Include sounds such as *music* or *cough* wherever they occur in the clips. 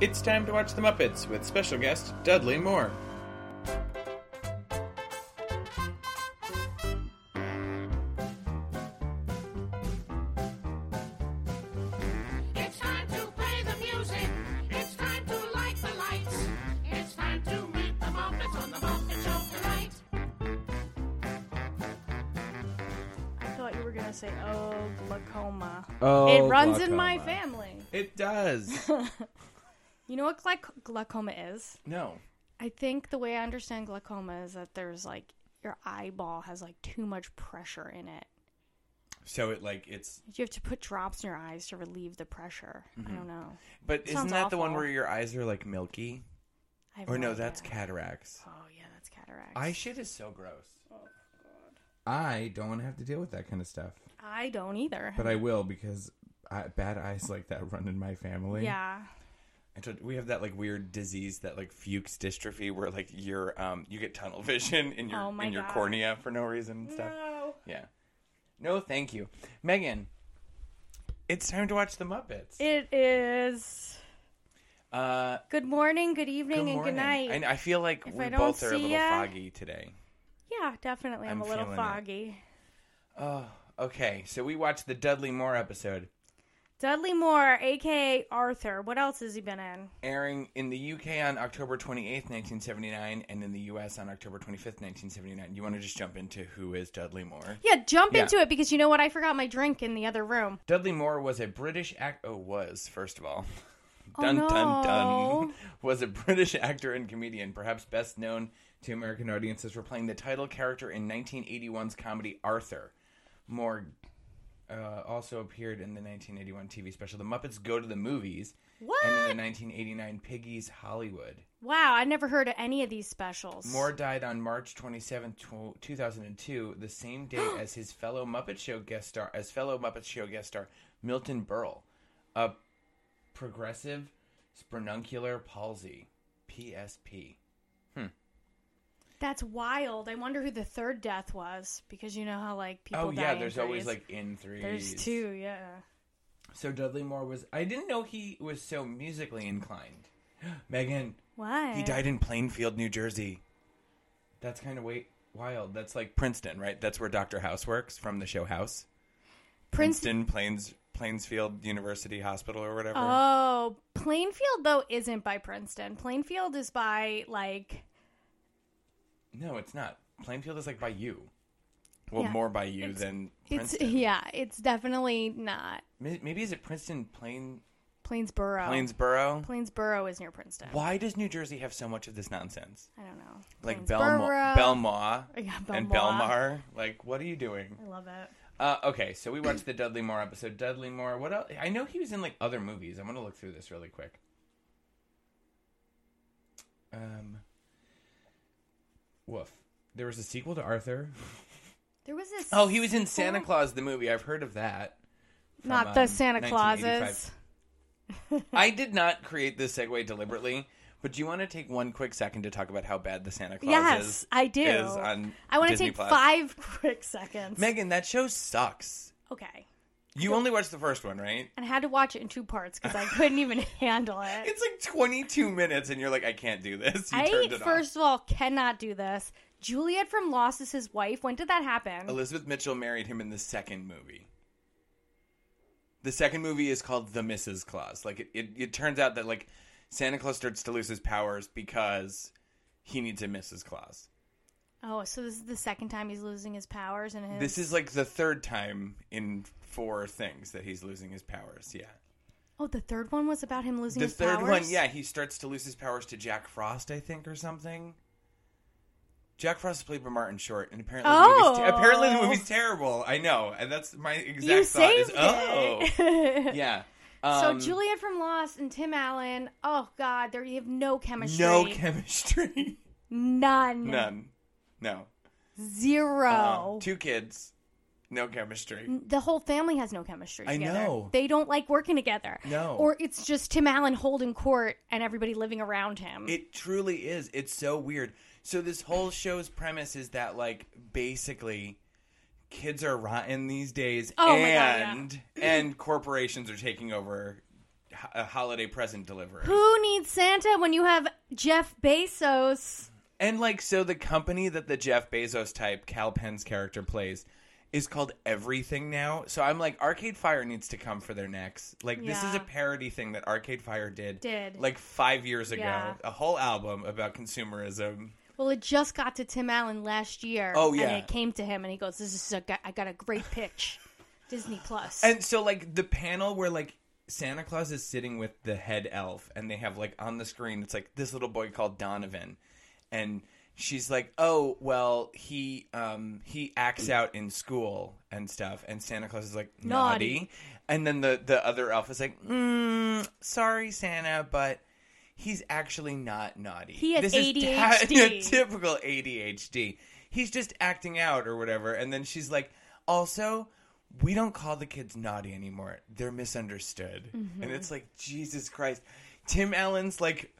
It's time to watch The Muppets with special guest Dudley Moore. It's time to play the music. It's time to light the lights. It's time to meet the Muppets on the Muppet Show tonight. I thought you were gonna say, "Oh, glaucoma." Oh, it runs in my glaucoma. family. *laughs* It does. You know what glau- glaucoma is? no. I think the way I understand glaucoma is that there's like your eyeball has like too much pressure in it. So it like it's You have to put drops in your eyes to relieve the pressure. Mm-hmm. I don't know. but isn't Sounds that the one awful. where your eyes are like milky? I have Or no, idea. that's cataracts. Oh yeah, that's cataracts. Eye shit is so gross. I don't want to have to deal with that kind of stuff, I don't either. but I will because I, bad eyes like that run in my family. yeah. I told- we have that like weird disease that like Fuchs dystrophy where like your um you get tunnel *laughs* vision in your Oh, my in your God. cornea for no reason and stuff. No. Yeah. No, thank you. Megan, it's time to watch the Muppets. It is. uh Good morning, good good evening, morning. and good night. I, I feel like If we I don't both are a see little ya- foggy today. yeah, definitely. I'm, I'm a little feeling it. foggy. Oh, okay. So we watched the Dudley Moore episode Dudley Moore, aka Arthur. What else has he been in? airing in the UK on October 28th, 1979 and in the US on October 25th, 1979. You want to just jump into who is Dudley Moore? Yeah, jump Yeah. into it because you know what? I forgot my drink in the other room. Dudley Moore was a British act. Oh, was first of all. Oh, dun dun dun. no. *laughs* Was a British actor and comedian, perhaps best known to American audiences for playing the title character in 1981's comedy Arthur. Moore uh, also appeared in the 1981 TV special The Muppets Go to the Movies What? and in the 1989 Piggies Hollywood. Wow, I never heard of any of these specials. Moore died on March 27, 2002, the same *gasps* day as his fellow Muppet Show guest star, as fellow Muppet Show guest star Milton Berle, a progressive spernuncular palsy (PSP). That's wild. I wonder who the third death was because you know how like people. oh die yeah, in there's always threes. like in threes. There's two, yeah. So Dudley Moore was. I didn't know he was so musically inclined. *gasps* Megan, Why? he died in Plainfield, New Jersey. That's kind of wait. Wild. That's like Princeton, right? That's where Dr. House works from the show House. Princeton Princeton. Plains Plainsfield University Hospital or whatever. Oh, Plainfield though isn't by Princeton. Plainfield is by like no, it's not. Plainfield is like by you. Well, Yeah. more by you than it's Princeton. *laughs* yeah, it's definitely not May- Maybe is it Princeton Plain Plainsboro. Plainsboro? Plainsboro is near Princeton. Why does New Jersey have so much of this nonsense? I don't know. Like Plainsboro. Belmar, Belmar, Yeah, and Belmar. Belmar. Like, what are you doing? I love it. Uh, okay, so we watched the Dudley Moore episode. Dudley Moore. What else? I know he was in like other movies. I'm gonna look through this really quick. Um, woof. There was a sequel to Arthur. There was this. Oh, he was in Santa Claus the movie. I've heard of that. From, Not um, the Santa Clauses. 1985. I did not create this segue deliberately, but do you want to take one quick second to talk about how bad the Santa Claus is? Yes, I do. is on I want to Disney take Plus? five *laughs* quick seconds. Megan, that show sucks. okay. You only watched the first one, right? And I had to watch it in two parts because I couldn't even *laughs* handle it. It's like 22 minutes, and you're like, I can't do this. You I, turned it first of all, cannot do this. Juliet from Lost is his wife. When did that happen? off. Elizabeth Mitchell married him in the second movie. The second movie is called The Mrs. Claus. Like, it, it, it turns out that, like, Santa Claus starts to lose his powers because he needs a Mrs. Claus. oh, so this is the second time he's losing his powers and his. This is, like, the third time in four things that he's losing his powers. Yeah. oh, the third one was about him losing The his third powers. one, yeah, he starts to lose his powers to Jack Frost, I think, or something. Jack Frost is played by Martin Short, and apparently, the movie's Oh. apparently the movie's terrible. I know, and that's my exact You thought saved is oh *laughs* it. yeah. so Um, Juliet from Lost and Tim Allen. Oh God, they have no chemistry. no chemistry, *laughs* None. none, no, Zero. Um, two kids, no chemistry. the whole family has no chemistry I together. know. They don't like working together. No. Or it's just Tim Allen holding court and everybody living around him. It truly is. It's so weird. So this whole show's premise is that like basically kids are rotten these days Oh my God, *laughs* yeah. and and corporations are taking over ho- a holiday present delivery. Who needs Santa when you have Jeff Bezos? And like so the company that the Jeff Bezos type Cal Penn's character plays is called Everything now. So I'm like Arcade Fire needs to come for their necks. Like this is a Yeah. parody thing that Arcade Fire did Did. like 5 years ago. Yeah. A whole album about consumerism. Well, it just got to Tim Allen last year. Oh, yeah. and it came to him, and he goes, "This is a gu- I got a great pitch, Disney Plus." And so like the panel where like Santa Claus is sitting with the head elf and they have like on the screen it's like this little boy called Donovan and she's like, "Oh, well, he um he acts out in school and stuff." And Santa Claus is like, "Naughty." Naughty. And then the the other elf is like, mm, "Sorry, Santa, but he's actually not naughty. He has Is *laughs* ADHD. t- typical ADHD. He's just acting out or whatever. And then she's like, also, we don't call the kids naughty anymore. They're misunderstood. Mm-hmm. And it's like, Jesus Christ. Tim Allen's like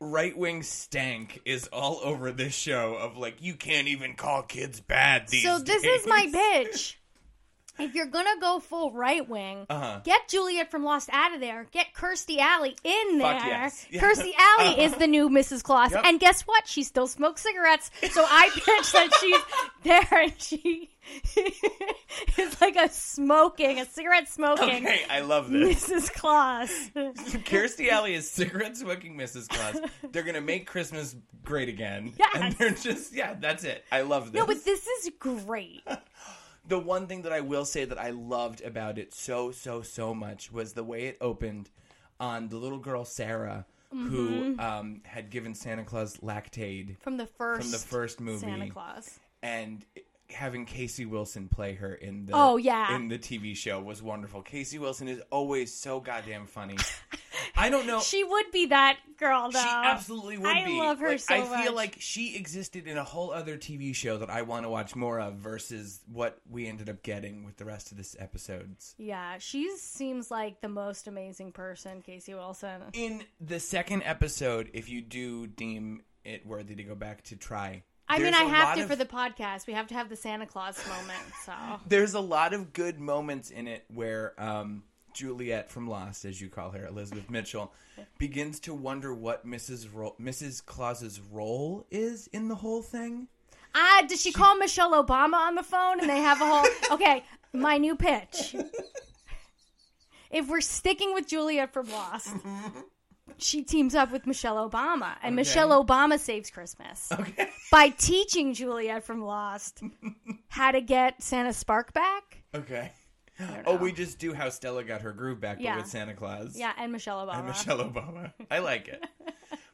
right wing stank is all over this show of like, you can't even call kids bad these so this days. is *laughs* my pitch. If you're gonna go full right wing, Uh-huh. get Juliet from Lost out of there. Get Kirstie Alley in there. Fuck yes. *laughs* Yeah. Kirstie Alley is the new Mrs. Claus, Yep. and guess what? She still smokes cigarettes. So I *laughs* pitch that she's there, and she *laughs* is like a smoking, a cigarette smoking. Okay, I love *laughs* this. Mrs. *laughs* Claus. Kirstie Alley is cigarette smoking Mrs. Claus. They're gonna make Christmas great again. And Yes. they're just yeah, that's it. I love this. No, but this is great. the one thing that I will say that I loved about it so so so much was the way it opened on the little girl Sarah Mm-hmm. who um, had given Santa Claus lactaid From the first from the first movie Santa Claus. and having Casey Wilson play her in the Oh, yeah. in the TV show was wonderful. Casey Wilson is always so goddamn funny. I don't know *laughs* She would be that girl though. Oh. She absolutely would I be. love her Like, so I feel much. like she existed in a whole other TV show that I want to watch more of versus what we ended up getting with the rest of this episodes. Yeah, she seems like the most amazing person, Casey Wilson. In the second episode, if you do deem it worthy to go back to try, I mean, there's I a have lot to of- for the podcast. We have to have the Santa Claus moment. So There's a lot of good moments in it where um, Juliet from Lost, as you call her, Elizabeth Mitchell, begins to wonder what Mrs. Ro- Mrs. Claus's role is in the whole thing. *laughs* ah, does she call Michelle Obama on the phone and they have *laughs* a whole? Okay, my new pitch. If we're sticking with Juliet from Lost, Mm-hmm. she teams up with Michelle Obama, and Michelle Obama saves Christmas Okay. by teaching Juliet from Lost how to get Santa Spark back. Okay. Oh, we just do how Stella got her groove back, Yeah. but with Santa Claus. Yeah, Uh-huh. and Michelle Obama. And Michelle Obama. I like *laughs* it.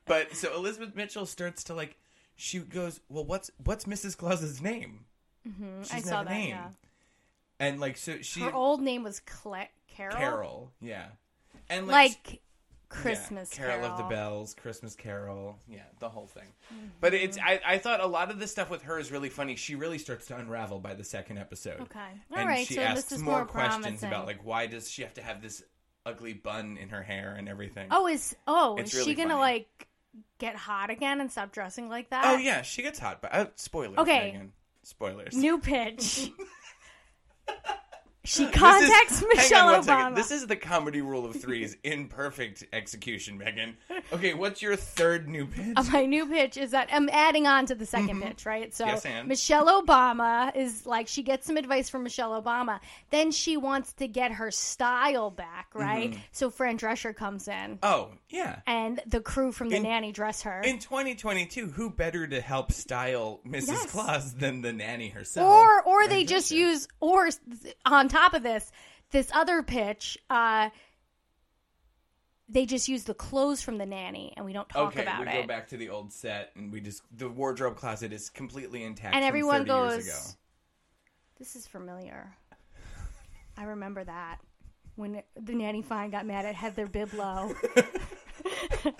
but so Elizabeth Mitchell starts to like, she goes, well, what's what's Mrs. Claus's name? Mm-hmm. She's I not saw a that, name. yeah. And like, so she Her old name was Cle- Carol. Carol, yeah, and like, like Christmas yeah, Carol, Carol Mm-hmm. of the Bells, Christmas Carol, yeah, the whole thing. But it's I, I thought a lot of the stuff with her is really funny. She really starts to unravel by the second episode. Okay. All and right, she so asks this is more, more questions promising. about like why does she have to have this ugly bun in her hair and everything. Oh, is oh It's is really she gonna funny. like get hot again and stop dressing like that? Oh, yeah, she gets hot. But uh, spoilers. Okay. Megan. spoilers. New *laughs* pitch. she This is- contacts *laughs* hang on Michelle one second. Obama. This is the comedy rule of threes in perfect execution, Megan. Okay, what's your third *laughs* new pitch? Uh, my new pitch is that I'm adding on to the 2nd pitch, right? So Mm-hmm. Yes, and? Michelle Obama is like she gets some advice from Michelle Obama. Then she wants to get her style back, right? So Fran Drescher comes in. Mm-hmm. oh, yeah. and the crew from the In- nanny dress her. In 2022, who better to help style Mrs. Yes. Claus than the nanny herself? or or Fran they just Drescher. use or s- on top of this this other pitch uh they just use the clothes from the nanny and we don't talk Okay, about we it go back to the old set, and we just the wardrobe closet is completely intact. and from everyone 30 years goes ago. this is familiar i remember that when the nanny fine got mad at heather biblow *laughs*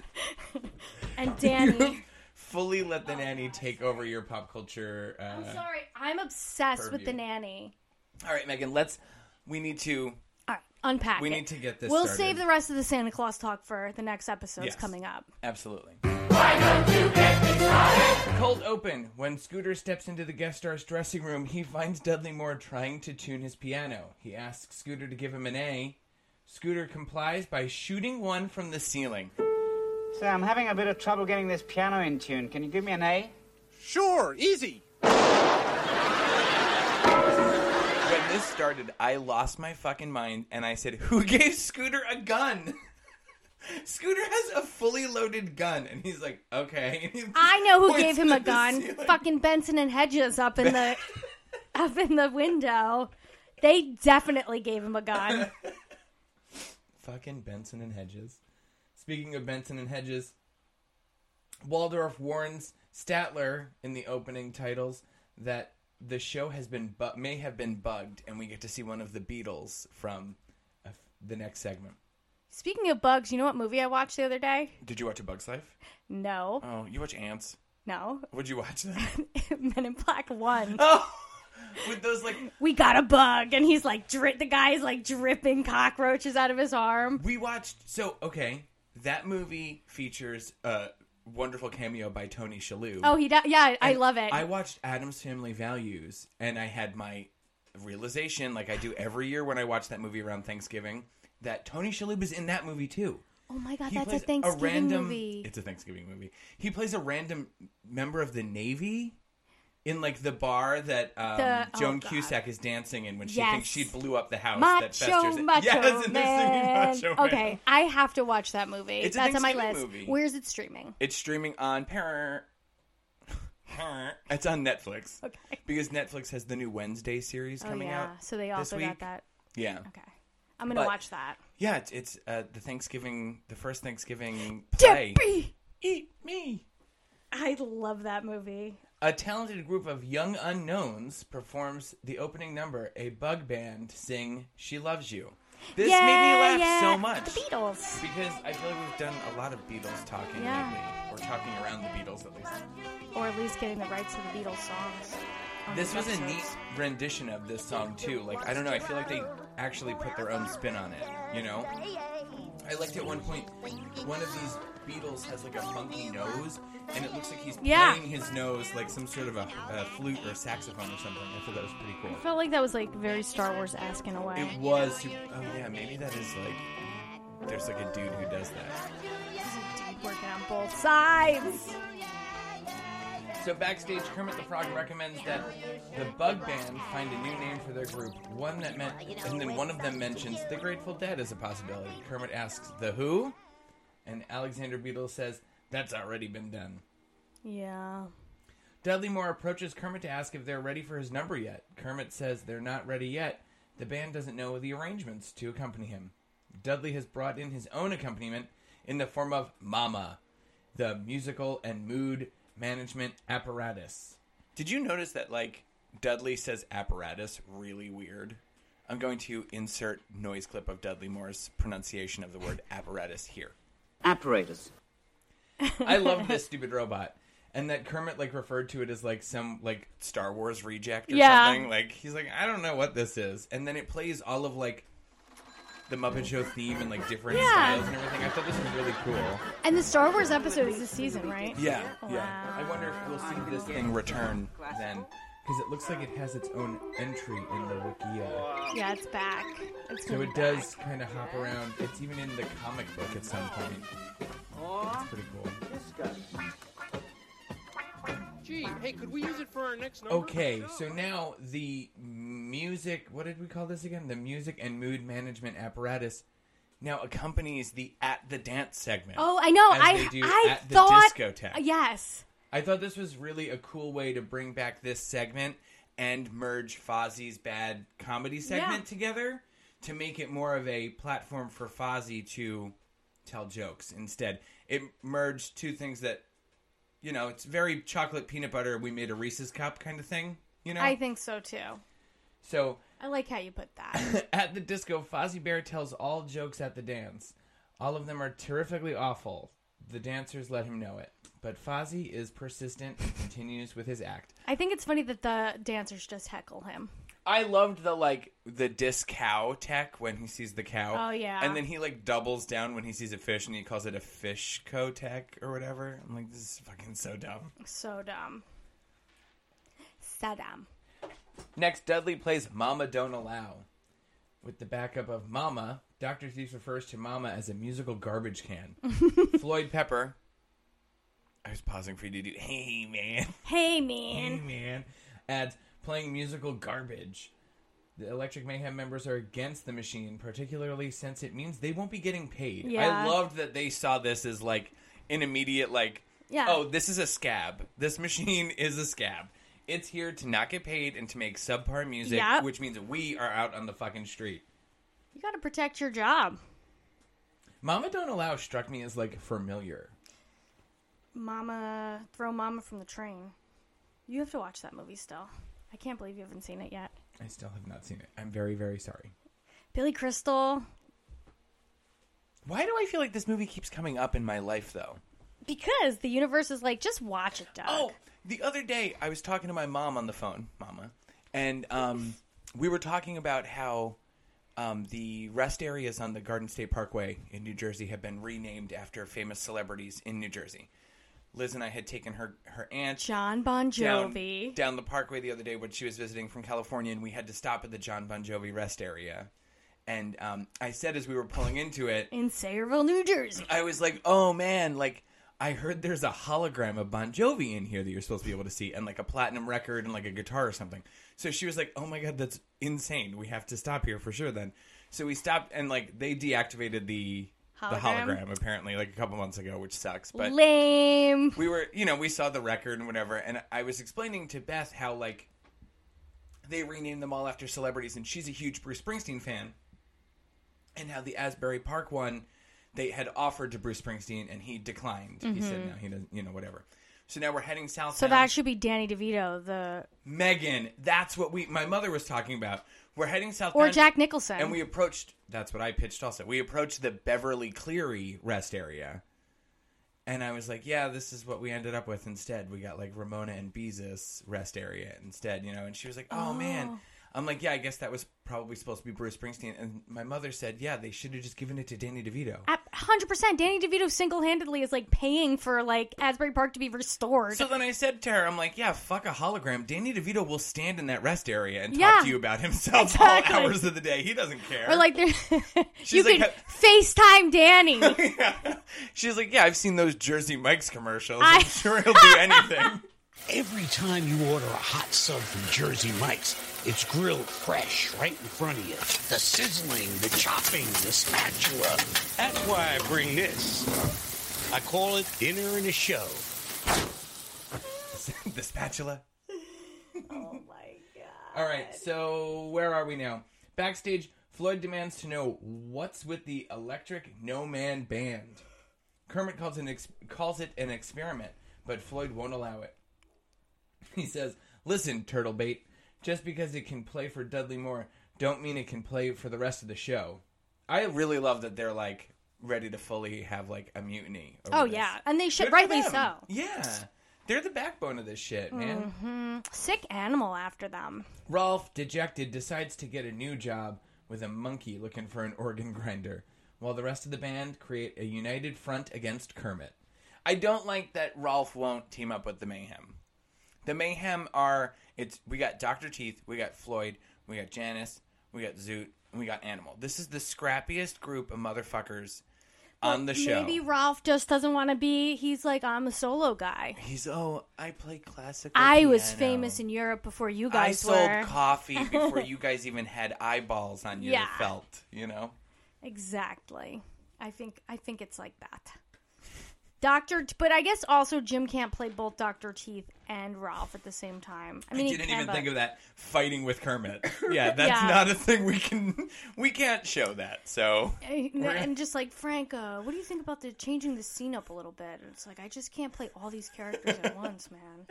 and *laughs* danny fully let the nanny take over your pop culture. Uh... i'm sorry i'm obsessed with the Purview. nanny All right, Megan, let's. We need to. all right unpack We it. need to get this we'll started. save the rest of the santa claus talk for the next episodes Yes. coming up Absolutely. Cold open. When Scooter steps into the guest star's dressing room, he finds Dudley Moore trying to tune his piano. He asks Scooter to give him an A. Scooter complies by shooting one from the ceiling. Sir, I'm having a bit of trouble getting this piano in tune. Can you give me an A? Sure, easy. When this started, I lost my fucking mind and I said, Who gave Scooter a gun? *laughs* Scooter has a fully loaded gun. And he's like, Okay. *laughs* I know who Points gave him a to the gun. ceiling. *laughs* Fucking Benson and Hedges up *laughs* in the up in the window. They definitely gave him *laughs* a gun. Fucking Benson and Hedges. Speaking of Benson and Hedges, Waldorf warns Statler in the opening titles that the show has been bu- may have been bugged, and we get to see one of the Beatles from uh, the next segment. Speaking of bugs, you know what movie I watched the other day? Did you watch A Bug's Life? No, Oh, you watch Ants. no, *laughs* Would you watch that? Men in Black One. oh, with those like We got a bug, and he's like drip. The guy is like dripping cockroaches out of his arm. we watched. So okay, that movie features a wonderful cameo by Tony Shalhoub. Oh, he di- yeah, I love it. I watched Adam's Family Values and I had my realization, like I do every year when I watch that movie around Thanksgiving, that Tony Shalhoub is in that movie too. oh my god, He that's a plays Thanksgiving random, movie. It's a Thanksgiving movie. He plays a random member of the Navy in like the bar that um, The- oh, Joan God. Cusack is dancing in when she Yes. thinks she blew up the house that Macho, festers. macho yes, and they're singing man. Macho Man. Okay, I have to watch that movie. It's a That's on my list. Thanksgiving movie. Where's it streaming? It's streaming on *laughs* It's on Netflix. Okay. Because Netflix has the new Wednesday series Oh coming yeah, out. so they also week. got that. Yeah. Okay, I'm gonna But- watch that. Yeah, it's, it's uh, the Thanksgiving, the first Thanksgiving play. Dippy! Eat me. I love that movie. A talented group of young unknowns performs the opening number, a bug band sing She Loves You. This yeah, made me laugh yeah. so much. The Beatles. Because I feel like we've done a lot of Beatles talking Yeah. lately, or talking around the Beatles at least. Or at least getting the rights to the Beatles songs. on This these was a neat episodes. rendition of this song too. Like I don't know, I feel like they actually put their own spin on it. You know, I liked at one point one of these Beatles has like a funky nose, and it looks like he's Yeah. playing his nose like some sort of a, a flute or saxophone or something. I thought that was pretty cool. I felt like that was like very Star Wars esque in a way. It was. Super, oh yeah, maybe that is like there's like a dude who does that. Working on both sides. So backstage, Kermit the Frog recommends that the Bug Band find a new name for their group. One that meant, and then one of them mentions the Grateful Dead as a possibility. Kermit asks the Who, and Alexander Beetle says that's already been done. Yeah. Dudley Moore approaches Kermit to ask if they're ready for his number yet. Kermit says they're not ready yet. The band doesn't know the arrangements to accompany him. Dudley has brought in his own accompaniment in the form of Mama, the musical and mood management apparatus. Did you notice that, like, Dudley says apparatus really weird? I'm going to insert noise clip of Dudley Moore's pronunciation of the word apparatus here. Apparatus. I *laughs* love this stupid robot. And that Kermit like referred to it as like some like Star Wars reject or Yeah. something. Like he's like, I don't know what this is. And then it plays all of like the Muppet Show theme and like different Yeah. styles and everything. I thought this was really cool. And the Star Wars episode is this season, right? Yeah, yeah. Wow. I wonder if we'll see this thing return then, because it looks like it has its own entry in the Wikia. Yeah, it's back. It's So gonna it be back. does kind of hop around. It's even in the comic book at some point. It's pretty cool. Gee, hey, could we use it for our next number? Okay, so now the music, what did we call this again? The music and mood management apparatus now accompanies the at the dance segment. Oh, I know. As I they do I at the thought discotheque. yes. I thought this was really a cool way to bring back this segment and merge Fozzie's bad comedy segment Yeah. together to make it more of a platform for Fozzie to tell jokes instead. It merged two things that, you know, it's very chocolate peanut butter, we made a Reese's cup kind of thing, you know? I think so too. so I like how you put that. at the disco, Fozzie Bear tells all jokes at the dance. All of them are terrifically awful. The dancers let him know it. But Fozzie is persistent and continues with his act. I think it's funny that the dancers just heckle him. I loved the like the disc cow tech when he sees the cow. Oh, yeah. And then he like doubles down when he sees a fish and he calls it a fish co tech or whatever. I'm like, this is fucking so dumb. So dumb. So dumb. Next, Dudley plays Mama Don't Allow. With the backup of Mama, Dr. Seuss refers to Mama as a musical garbage *laughs* can. Floyd Pepper. I was pausing for you to do. Hey, man. Hey, man. Hey, man. Adds playing musical garbage. The Electric Mayhem members are against the machine, particularly since it means they won't be getting paid. Yeah. I loved that they saw this as like an immediate, like, Yeah. oh, this is a scab. This machine *laughs* is a scab. It's here to not get paid and to make subpar music, Yep. which means we are out on the fucking street. You got to protect your job. Mama Don't Allow struck me as like familiar. Mama, throw Mama from the train. You have to watch that movie still. I can't believe you haven't seen it yet. I still have not seen it. I'm very, very sorry. Billy Crystal, Why do I feel like this movie keeps coming up in my life though? because the universe is like, just watch it, Doug. Oh, the other day I was talking to my mom on the phone, Mama, and um, we were talking about how um, the rest areas on the Garden State Parkway in New Jersey have been renamed after famous celebrities in New Jersey. Liz and I had taken her her aunt John Bon down, Jovi. down the parkway the other day when she was visiting from California, and we had to stop at the John Bon Jovi rest area. And um, I said as we were pulling into it, in Sayreville, New Jersey. I was like, oh man, like I heard there's a hologram of Bon Jovi in here that you're supposed to be able to see, and like a platinum record and like a guitar or something. So she was like, oh my god, that's insane. We have to stop here for sure then. So we stopped, and like they deactivated the the Hologram? hologram apparently like a couple months ago, which sucks. But Lame. we were, you know, we saw the record and whatever, and I was explaining to Beth how like they renamed them all after celebrities, and she's a huge Bruce Springsteen fan, and how the Asbury Park one they had offered to Bruce Springsteen and he declined. He said no, he doesn't, you know, whatever. So now we're heading south. Mm-hmm. So that should be Danny DeVito, the Megan, that's what we. My mother was talking about. We're heading south. or Jack Nicholson. And we approached. That's what I pitched. Also, we approached the Beverly Cleary rest area, and I was like, "Yeah, this is what we ended up with." Instead, we got like Ramona and Beezus rest area instead, you know. And she was like, "Oh, man." I'm like, "Yeah, I guess that was probably supposed to be Bruce Springsteen." And my mother said, "Yeah, they should have just given it to Danny DeVito." hundred percent. Danny DeVito single handedly is like paying for like Asbury Park to be restored. So then I said to her, "I'm like, yeah, fuck a hologram. Danny DeVito will stand in that rest area and talk Yeah. to you about himself Exactly. all hours of the day. He doesn't care." or like there- *laughs* you She's can like, *laughs* FaceTime Danny. She's like, yeah, I've seen those Jersey Mike's commercials. I- I'm sure he'll do anything. Every time you order a hot sub from Jersey Mike's, it's grilled fresh right in front of you. The sizzling, the chopping, the spatula. That's why I bring this. I call it dinner and a show. *laughs* the spatula. oh my god. All right, so where are we now? Backstage, Floyd demands to know what's with the Electric No Man Band. Kermit calls, an ex- calls it an experiment, but Floyd won't allow it. *laughs* He says, "Listen, Turtlebait, just because it can play for Dudley Moore, don't mean it can play for the rest of the show." I really love that they're like ready to fully have like a mutiny. over Oh this. yeah, and they should Good for rightly them. so. Mm-hmm. Yeah. They're the backbone of this shit, man. Sick animal after them. Rolf, dejected, decides to get a new job with a monkey looking for an organ grinder, while the rest of the band create a united front against Kermit. I don't like that Rolf won't team up with the Mayhem. The Mayhem are it's we got Dr. Teeth, we got Floyd, we got Janice, we got Zoot, and we got Animal. This is the scrappiest group of motherfuckers on the show. Maybe Ralph just doesn't want to be. He's like, I'm a solo guy. He's oh, I play classical. I was piano. famous in Europe before you I guys sold were. coffee *laughs* before you guys even had eyeballs on your Yeah. felt, you know? Exactly. I think I think it's like that. Doctor, but I guess also Jim can't play both Doctor Teeth and Ralph at the same time. I mean, I he didn't can, even but- think of that fighting with *laughs* Kermit. Yeah, that's Yeah. not a thing we can we can't show that. So And, We're- and just like Frank, uh, what do you think about the changing the scene up a little bit? And it's like I just can't play all these characters *laughs* at once, man.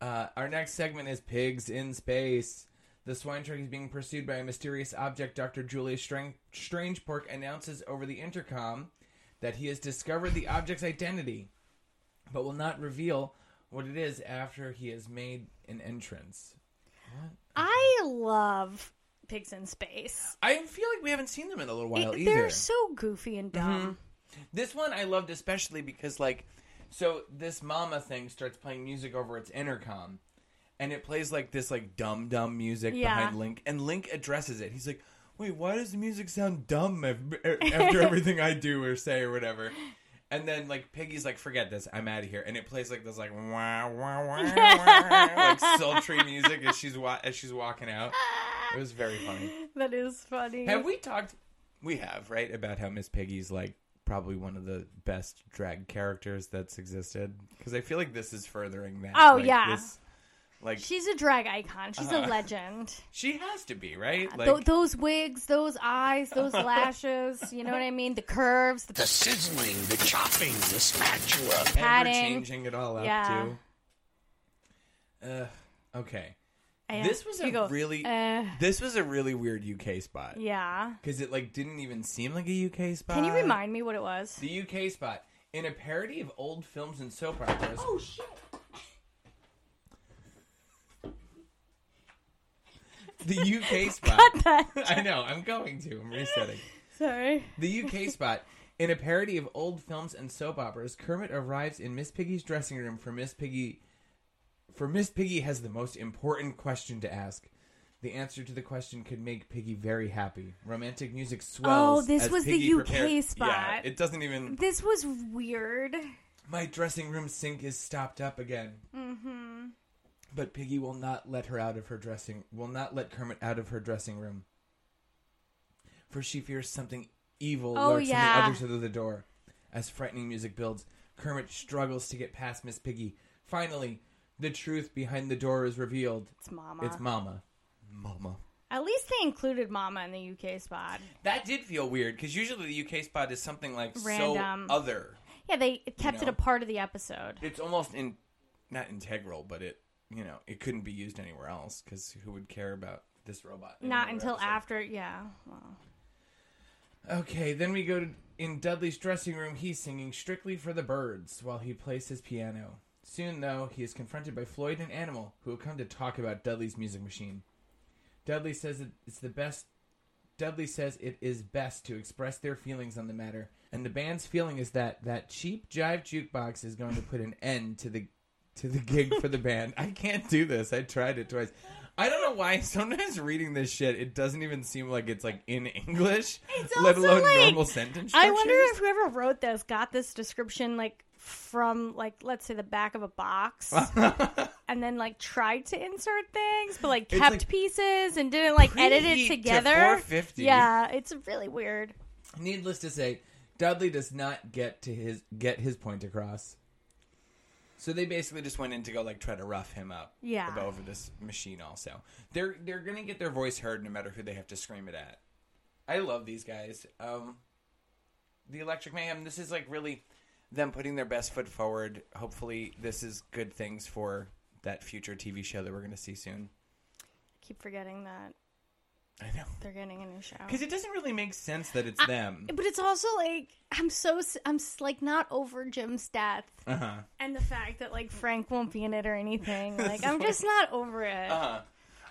uh, our next segment is pigs in space. The swine truck is being pursued by a mysterious object. Dr. Julius Strang- Strangepork announces over the intercom that he has discovered the object's identity, but will not reveal what it is after he has made an entrance. I love pigs in space. I feel like we haven't seen them in a little while It- either. Mm-hmm. they're so goofy and dumb. *laughs* This one I loved especially because like so this mama thing starts playing music over its intercom and it plays like this like dumb dumb music Yeah. behind Link, and Link addresses it. He's like, "Wait, why does the music sound dumb af- *laughs* after everything I do or say or whatever?" And then like Piggy's like, "Forget this, I'm out of here," and it plays like this like wah wah wah, wah like sultry music as she's wa- as she's walking out. It was very funny. That is funny. Have we talked? We have, right? About how Miss Piggy's like probably one of the best drag characters that's existed. Because I feel like this is furthering that. Oh, like, yeah. this- like She's a drag icon. She's a *laughs* legend. she has to be, right? Uh-huh. Like Tho- those wigs, those eyes, *laughs* those lashes. You know what I mean? The curves. The The sizzling, the chopping, the spatula. and we're padding. changing it all up Yeah. too. Uh, okay. Yeah. This was You a go, really uh, this was a really weird UK spot yeah. because it like didn't even seem like a UK spot. Can you remind me what it was? Uh, the UK spot in a parody of old films and soap operas? Oh shit! The *laughs* UK spot. *laughs* I know. I'm going to. I'm resetting. Sorry. The UK spot. In a parody of old films and soap operas, Kermit arrives in Miss Piggy's dressing room for Miss Piggy. For Miss Piggy has the most important question to ask. The answer to the question could make Piggy very happy. Romantic music swells. Oh, this as was the Piggy UK prepares- spot. Yeah, it doesn't even. This was weird. My dressing room sink is stopped up again. Mm-hmm. But Piggy will not let her out of her dressing. Will not let Kermit out of her dressing room. For she fears something evil Oh, lurks yeah. on the other side of the door. As frightening music builds, Kermit struggles to get past Miss Piggy. Finally, the truth behind the door is revealed. It's Mama. It's Mama. Mama. At least they included Mama in the UK spot. That did feel weird because usually the UK spot is something like Random. so other. Yeah, they kept it know. a part of the episode. it's almost in not integral, but it you know it couldn't be used anywhere else because who would care about this robot? in Not another until episode? after. Yeah. Well, Okay, then we go to in Dudley's dressing room. He's singing strictly for the birds while he plays his piano. Soon, though, he is confronted by Floyd and Animal, who have come to talk about Dudley's music machine. Dudley says it- it's the best. Dudley says it is best to express their feelings on the matter, and the band's feeling is that that cheap jive jukebox is going to put an end to the to the gig for the band. I can't do this. I tried it twice. I don't know why. Sometimes reading this shit, it doesn't even seem like it's like in English, It's let also, alone like, normal sentence. I wonder structures. if whoever wrote this got this description like from like let's say the back of *laughs* a box and then like tried to insert things but like It's, kept like, pieces and didn't like edit preheat it to together 450. yeah it's really weird Needless to say, Dudley does not get to his get his point across. So they basically just went in to go like try to rough him up. Yeah. about Over this machine also. They're they're gonna get their voice heard no matter who they have to scream it at. I love these guys. Um The Electric Mayhem, this is like really them putting their best foot forward. Hopefully this is good things for that future TV show that we're gonna see soon. keep forgetting that I know. they're getting a new show Because it doesn't really make sense that it's them. but it's also like i'm so s- i'm s- like not over jim's death Uh-huh. and the fact that like frank won't be in it *laughs* or anything like i'm just not over it I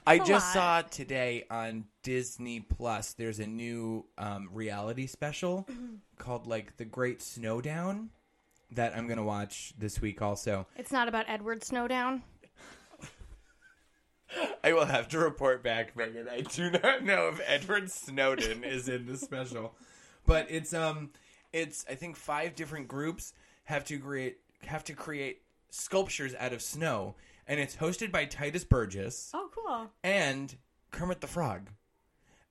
a just saw lot. today on Disney Plus. There's a new um, reality special Mm-hmm. called like The Great Snowdown that I'm gonna watch this week. Also, it's not about edward snowdown I will have to report back, Megan. I do not know if Edward Snowden is in this special, but it's um, it's I think five different groups have to create have to create sculptures out of snow, and it's hosted by Titus Burgess. oh cool and Kermit the Frog.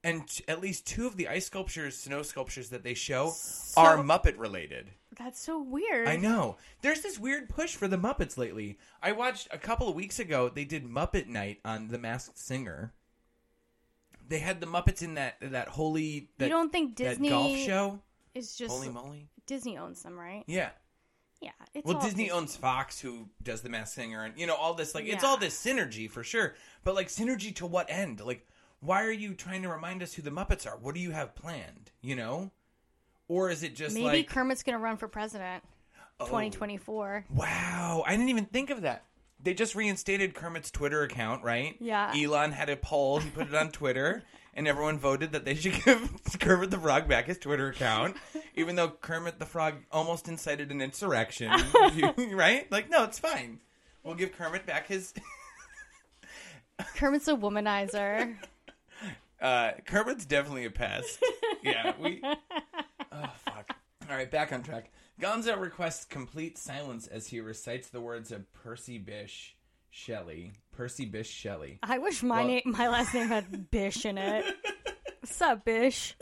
And t- at least two of the ice sculptures, snow sculptures that they show are Muppet related. that's so weird I know. There's this weird push for the Muppets lately. I watched a couple of weeks ago, they did Muppet Night on The Masked Singer. They had the Muppets in that that holy that, you don't think that Disney golf show. is just Holy moly. Disney owns them, right? Yeah. Yeah, it's Well, all Disney owns Fox, who does The Masked Singer, and you know all this. Like, it's Yeah. all this synergy for sure. But like, synergy to what end? Like, why are you trying to remind us who the Muppets are? What do you have planned? You know, or is it just Maybe like Kermit's gonna run for president, oh, twenty twenty four. Wow, I didn't even think of that. They just reinstated Kermit's Twitter account, right? Yeah. Elon had a poll. He put it on Twitter, *laughs* and everyone voted that they should *laughs* give Kermit the Frog back his Twitter account, even though Kermit the Frog almost incited an *laughs* insurrection. right? Like, no, it's fine. We'll give Kermit back his Kermit's a womanizer. *laughs* Uh, Kermit's definitely a pest. yeah, we. Oh fuck! All right, back on track. Gonzo requests complete silence as he recites the words of Percy Bysshe Shelley. Percy Bysshe Shelley. I wish my Well- name, my last name had Bish in *laughs* it. What's up, Bish?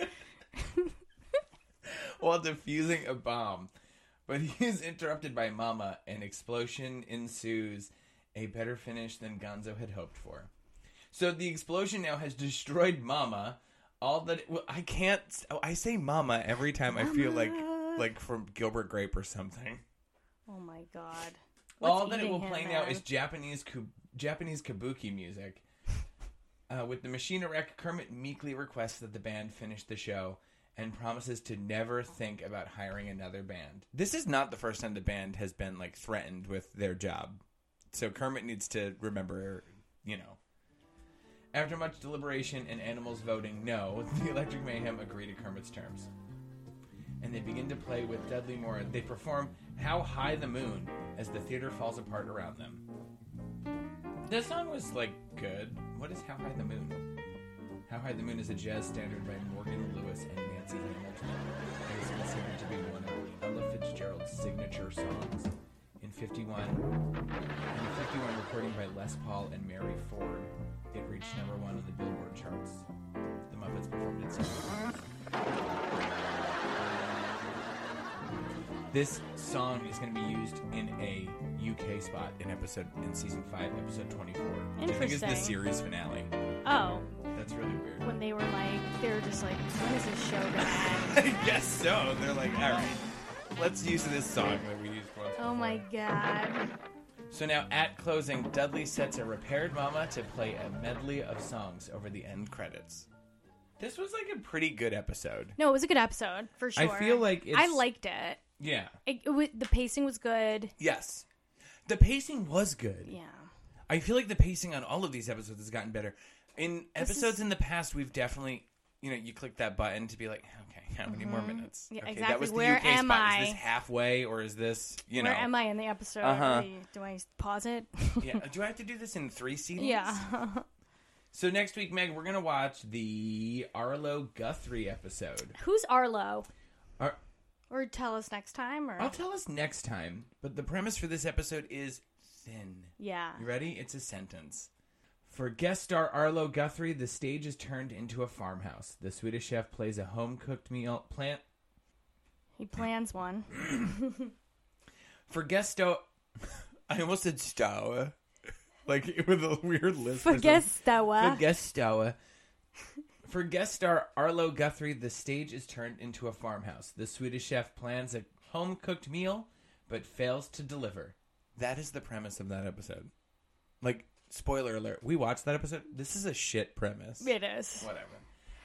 while defusing a bomb. But he is interrupted by Mama. An explosion ensues, a better finish than Gonzo had hoped for. So the explosion now has destroyed Mama. All that well, I can't. oh, I say Mama every time I feel like like from Gilbert Grape or something. Oh my god. All that it eating will him, play now man? is Japanese ku- Japanese kabuki music. Uh, with the machine erect, Kermit meekly requests that the band finish the show and promises to never think about hiring another band. This is not the first time the band has been like threatened with their job, so Kermit needs to remember, you know. After much deliberation and animals voting no, *laughs* the Electric Mayhem agree to Kermit's terms and they begin to play with Dudley Moore. They perform How High the Moon as the theater falls apart around them. This song was like good. What is How High the Moon? How High the Moon is a jazz standard by Morgan Lewis and Nancy Hamilton. It is considered to be one of Ella Fitzgerald's signature songs. In 51, in the 51 recording by Les Paul and Mary Ford, it reached number one on the Billboard charts. The Muppets performed it. Several times. This song is going to be used in a UK spot in episode in season five, episode twenty-four. Which I think is the Interesting. series finale. Oh, That's really weird. when they were like, they were just like, when is this show gonna end? *laughs* I guess so. They're like, all right, let's use this song that we used once. Oh my god. So now at closing, Dudley sets a repaired mama to play a medley of songs over the end credits. This was like a pretty good episode. No, it was a good episode for sure. I feel like I it's- liked it. Yeah. It, it was, the pacing was good. Yes. The pacing was good. Yeah. I feel like the pacing on all of these episodes has gotten better. In episodes in the past, we've definitely, you know, you click that button to be like, okay, how many more minutes? Mm-hmm. Yeah, okay, exactly. Where am I? Is this halfway or is this, you know? Where am I in the episode? Uh-huh. Do I *laughs* pause it? yeah. Do I have to do this in three seasons? yeah. *laughs* So next week, Meg, we're gonna watch the Arlo Guthrie episode. Who's Arlo? Ar- Or tell us next time? Or I'll tell us next time, but the premise for this episode is thin. yeah. You ready? It's a sentence. For guest star Arlo Guthrie, the stage is turned into a farmhouse. The Swedish chef plays a home cooked meal plant. He *laughs* plans one. For guest star, *laughs* I almost said stour, *laughs* like with a weird lisp. or For something. guest Stawa. For guest star. For guest star Arlo Guthrie, the stage is turned into a farmhouse. The Swedish chef plans a home cooked meal, but fails to deliver. That is the premise of that episode. Like, spoiler alert, we watched that episode. This is a shit premise. it is. Whatever.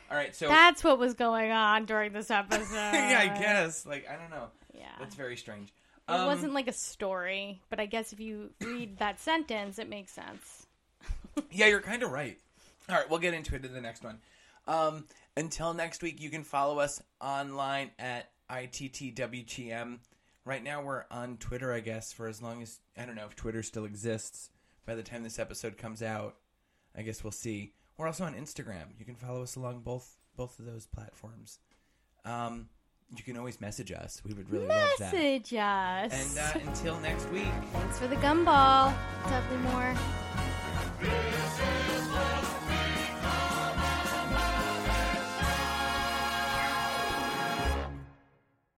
All right, so. That's what was going on during this episode. *laughs* yeah, I guess. Like, I don't know. Yeah. That's very strange. It um, wasn't like a story, but I guess if you read that sentence, it makes sense. Yeah, you're kind of right. All right, we'll get into it in the next one. Um, until next week, you can follow us online at ITTWTM. Right now, we're on Twitter, I guess, for as long as I don't know if Twitter still exists. By the time this episode comes out, I guess we'll see. We're also on Instagram. You can follow us along both both of those platforms. Um, you can always message us. We would really love that. Message And us. uh, until next week. Thanks for the gumball. Dudley Moore. This